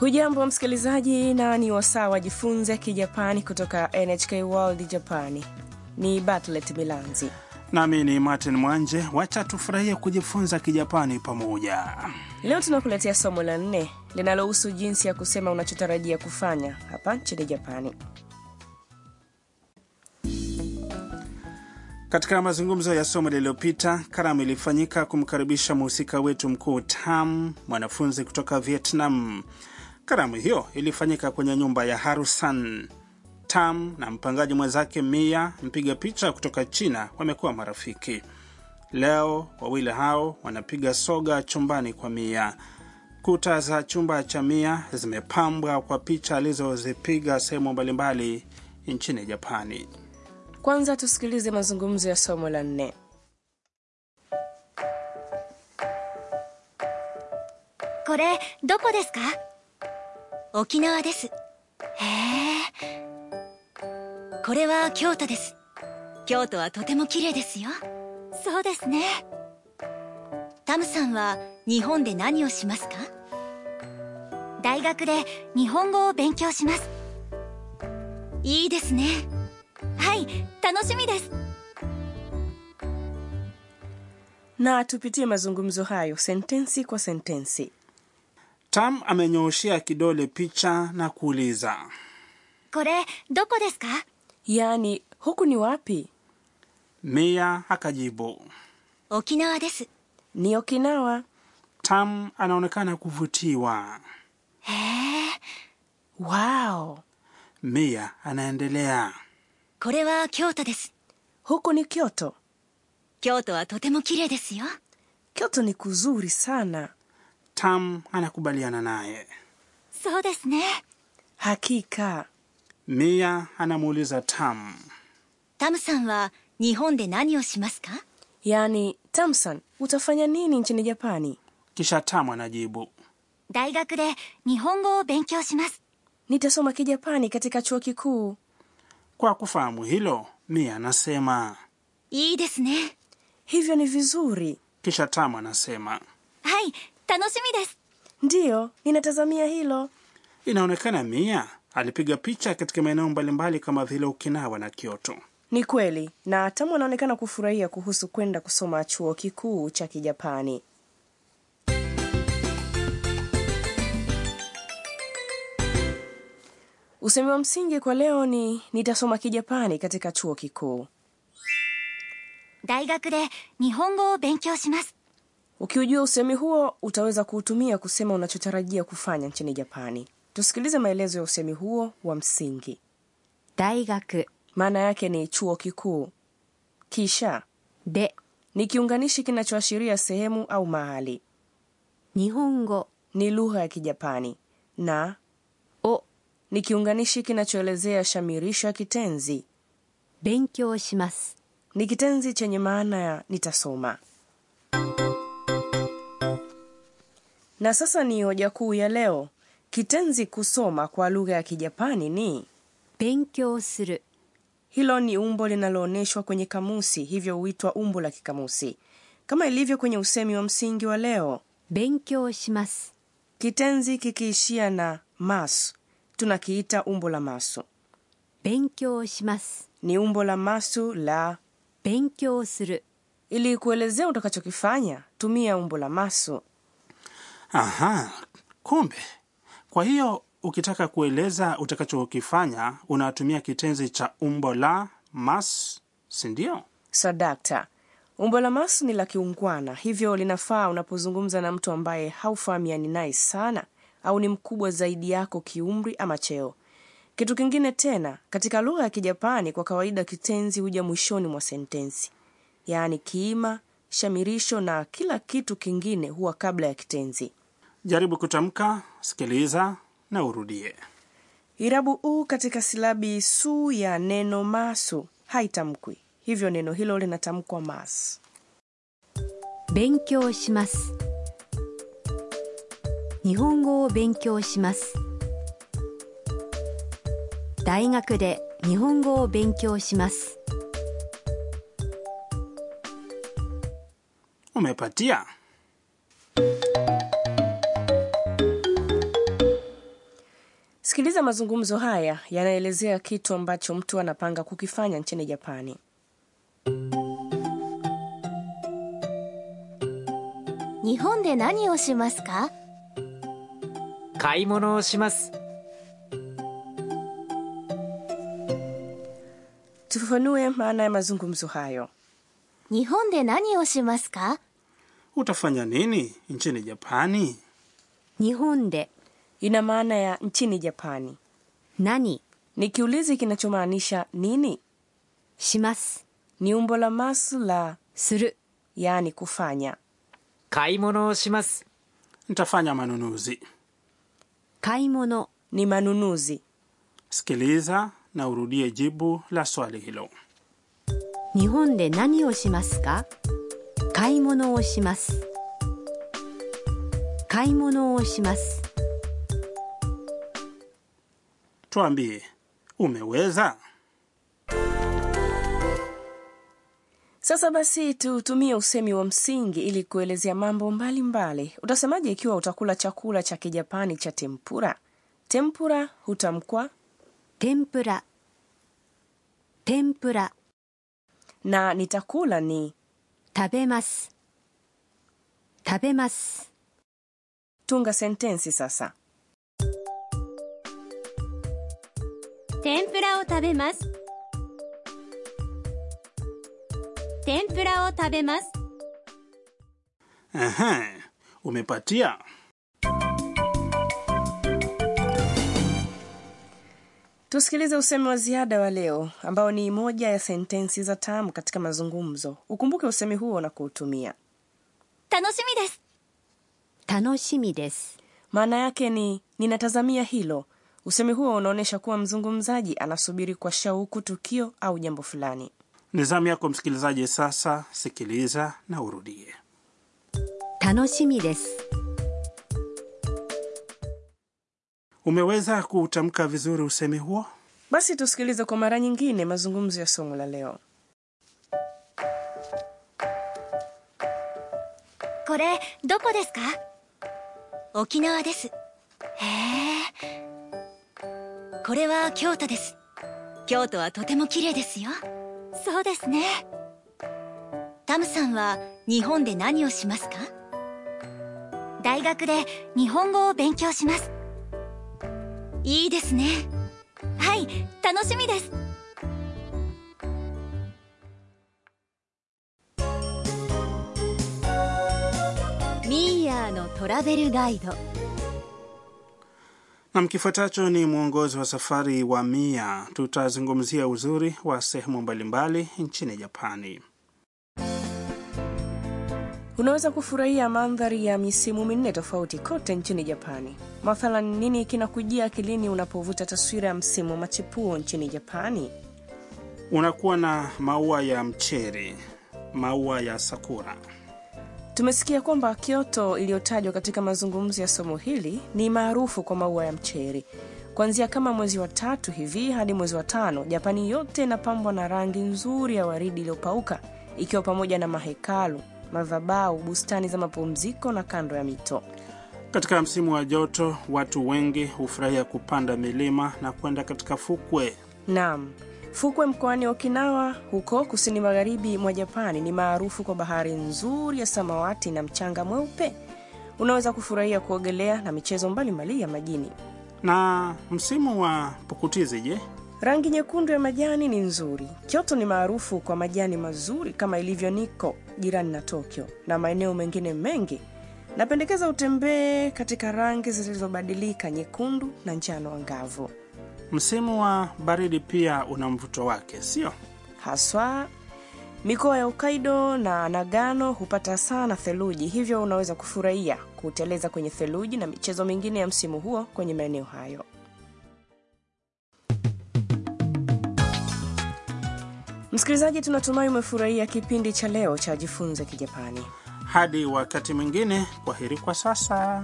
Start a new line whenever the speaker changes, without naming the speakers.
hujambo msikilizaji na ni wasaa wajifunze kijapani kutoka nhk world japani ni batlet milanzi
nami ni martin mwanje wacha tufurahie kujifunza kijapani pamoja
leo tunakuletea somo la nne linalohusu jinsi ya kusema unachotarajia kufanya hapa nchini japani
katika mazungumzo ya somo lililopita karamu ilifanyika kumkaribisha mhusika wetu mkuu tam mwanafunzi kutoka vietnam karamu hiyo ilifanyika kwenye nyumba ya harusan tam na mpangaji mwenzake mia mpiga picha kutoka china wamekuwa marafiki leo wawili hao wanapiga soga chumbani kwa mia kuta za chumba cha mia zimepambwa kwa picha alizozipiga sehemu mbalimbali nchini japani
kwanza tusikilize mazungumzo ya somo la nne
これどこですか沖縄ですへえこれは京都です京都はとても綺麗ですよそうですねタムさんは日本で何をしますか大学で日本語を勉強しますいいですねはい楽しみです
na tupitie mazungumzo hayo sentensi kwa sentensi
tam amenyooshea kidole picha na kuuliza
これどこですか
yaani huku ni wapi
mia akajibu
沖縄です
ni okinawa
tam anaonekana kuvutiwa
wao
mia anaendelea
これは京都です
huku ni kyoto
京都はとても綺麗ですよ
kyoto ni kuzuri sana
tam anakubaliana naye
そうですね
hakika
mia anamuuliza tam
タムさんは日本で何をしますか
yaani tamson utafanya nini nchini japani
kisha tam anajibu
大学で日本語を勉強します
nitasoma kijapani katika chuo kikuu
kwa kufahamu hilo mia anasema
いいですね
hivyo ni vizuri
kisha tam anasema
はい楽しみです
ndiyo ninatazamia hilo
inaonekana mia alipiga picha katika maeneo mbalimbali kama vile ukinawa na kyoto
ni kweli na tamu anaonekana kufurahia kuhusu kwenda kusoma chuo kikuu cha kijapani usemi wa msingi kwa leo ni nitasoma kijapani katika chuo kikuu
大学で日本語を勉強します
ukiujua usemi huo utaweza kuutumia kusema unachotarajia kufanya nchini japani tusikilize maelezo ya usemi huo wa msingi
大学
maana yake ni chuo kikuu kisha
で
ni kiunganishi kinachoashiria sehemu au mahali
日本語
ni lugha ya kijapani na
を
ni kiunganishi kinachoelezea shamirisho ya kitenzi
勉強します
ni kitenzi chenye maana ya nitasoma na sasa ni hoja kuu ya leo kitenzi kusoma kwa lugha ya kijapani ni
勉強する
hilo ni umbo linaloonyeshwa kwenye kamusi hivyo huitwa umbo la kikamusi kama ilivyo kwenye usemi wa msingi wa leo
勉強します
kitenzi kikiishia na masu tunakiita umbo la masu
勉強します
ni umbo la masu la
勉強する
ili kuelezea utakachokifanya tumia umbo la masu
aha kumbe kwa hiyo ukitaka kueleza utakachokifanya unatumia kitenzi cha umbo la mas sindio
sadakta umbo la masu ni la kiungwana hivyo linafaa unapozungumza na mtu ambaye haufahamiani naye sana au ni mkubwa zaidi yako kiumri ama cheo kitu kingine tena katika lugha ya kijapani kwa kawaida kitenzi huja mwishoni mwa sentensi yaani kiima shamirisho na kila kitu kingine huwa kabla ya kitenzi
jaribu kutamka sikiliza na urudie
irabu u katika silabi su ya neno masu haitamkwi hivyo neno hilo linatamkwa mas
勉強します日本語を勉強します大学で日本語を勉強します
umepatia
sikiliza mazungumzo haya yanaelezea kitu ambacho mtu anapanga kukifanya nchini japani
日本で何をしますか
買い物をします。
tufafanue maana ya mazungumzo hayo
日本で何をしますか
utafanya nini nchini japani
日本で
ina maana ya nchini japani
何
ni kiulizi kinachomaanisha nini
します。
ni umbo la masu la
する。
yaani kufanya
買い物をします。
nitafanya manunuzi
買い物。
ni manunuzi
sikiliza na urudie jibu la swali hilo
日本で何をしますか買い物をします。買い物をします。
tuambie umeweza
sasa basi tutumie usemi wa msingi ili kuelezea mambo mbalimbali mbali. utasemaje ikiwa utakula chakula cha kijapani cha tempura tempura hutamkwa
天ぷら。天ぷら。
na nitakula ni
食べます。食べます。
tunga sentensi sasa
天ぷらを食べます天ぷらを食べます
Aha, umepatia
tusikilize usemi wa ziada wa leo ambao ni moja ya sentensi za tamu katika mazungumzo ukumbuke usemi huo na kuutumia
楽しみです
楽しみです。
maana yake ni ninatazamia hilo usemi huo unaonyesha kuwa mzungumzaji anasubiri kwa shauku tukio au jambo fulani
ni zamu yako msikilizaji sasa sikiliza na urudie
楽しみです。
umeweza kuutamka vizuri usemi huo
basi tusikilize kwa mara nyingine mazungumzo ya somo la leo
これどこですか沖縄ですへえこれは京都です京都はとても綺麗ですよそうですねタムさんは日本で何をしますか大学で日本語を勉強しますいいですねはい楽しみですミーヤーのトラベルガイド
na mkifuatacho ni mwongozo wa safari wa mia tutazungumzia uzuri wa sehemu mbalimbali nchini japani
unaweza kufurahia mandhari ya misimu minne tofauti kote nchini japani mathalan nini kinakujia akilini unapovuta taswira ya msimu wa machipuo nchini japani
unakuwa na maua ya mcheri maua ya sakura
tumesikia kwamba kyoto iliyotajwa katika mazungumzo ya somo hili ni maarufu kwa maua ya mcheri kuanzia kama mwezi wa tatu hivi hadi mwezi wa tano japani yote inapambwa na rangi nzuri ya waridi iliyopauka ikiwa pamoja na mahekalu madhabau bustani za mapumziko na kando ya mito
katika msimu wa joto watu wengi hufurahia kupanda milima na kwenda katika fukwe
Naam, fukwe mkoani Okinawa huko kusini magharibi mwa Japani ni maarufu kwa bahari nzuri ya samawati na mchanga mweupe. Unaweza kufurahia kuogelea na michezo mbalimbali ya majini.
na msimu wa pukutizi je
Rangi nyekundu ya majani ni nzuri. Kyoto ni maarufu kwa majani mazuri kama ilivyo Nikko jirani na Tokyo na maeneo mengine mengi. Napendekeza utembee katika rangi zilizobadilika nyekundu na njano angavu,
msimu wa baridi pia una mvuto wake sio
haswa mikoa ya Hokkaido na Nagano hupata sana theluji, hivyo unaweza kufurahia kuteleza kwenye theluji na michezo mingine ya msimu huo kwenye maeneo hayo. Msikilizaji, tunatumai umefurahia kipindi cha leo cha Jifunze Kijapani.
hadi wakati mwingine kwa heri kwa sasa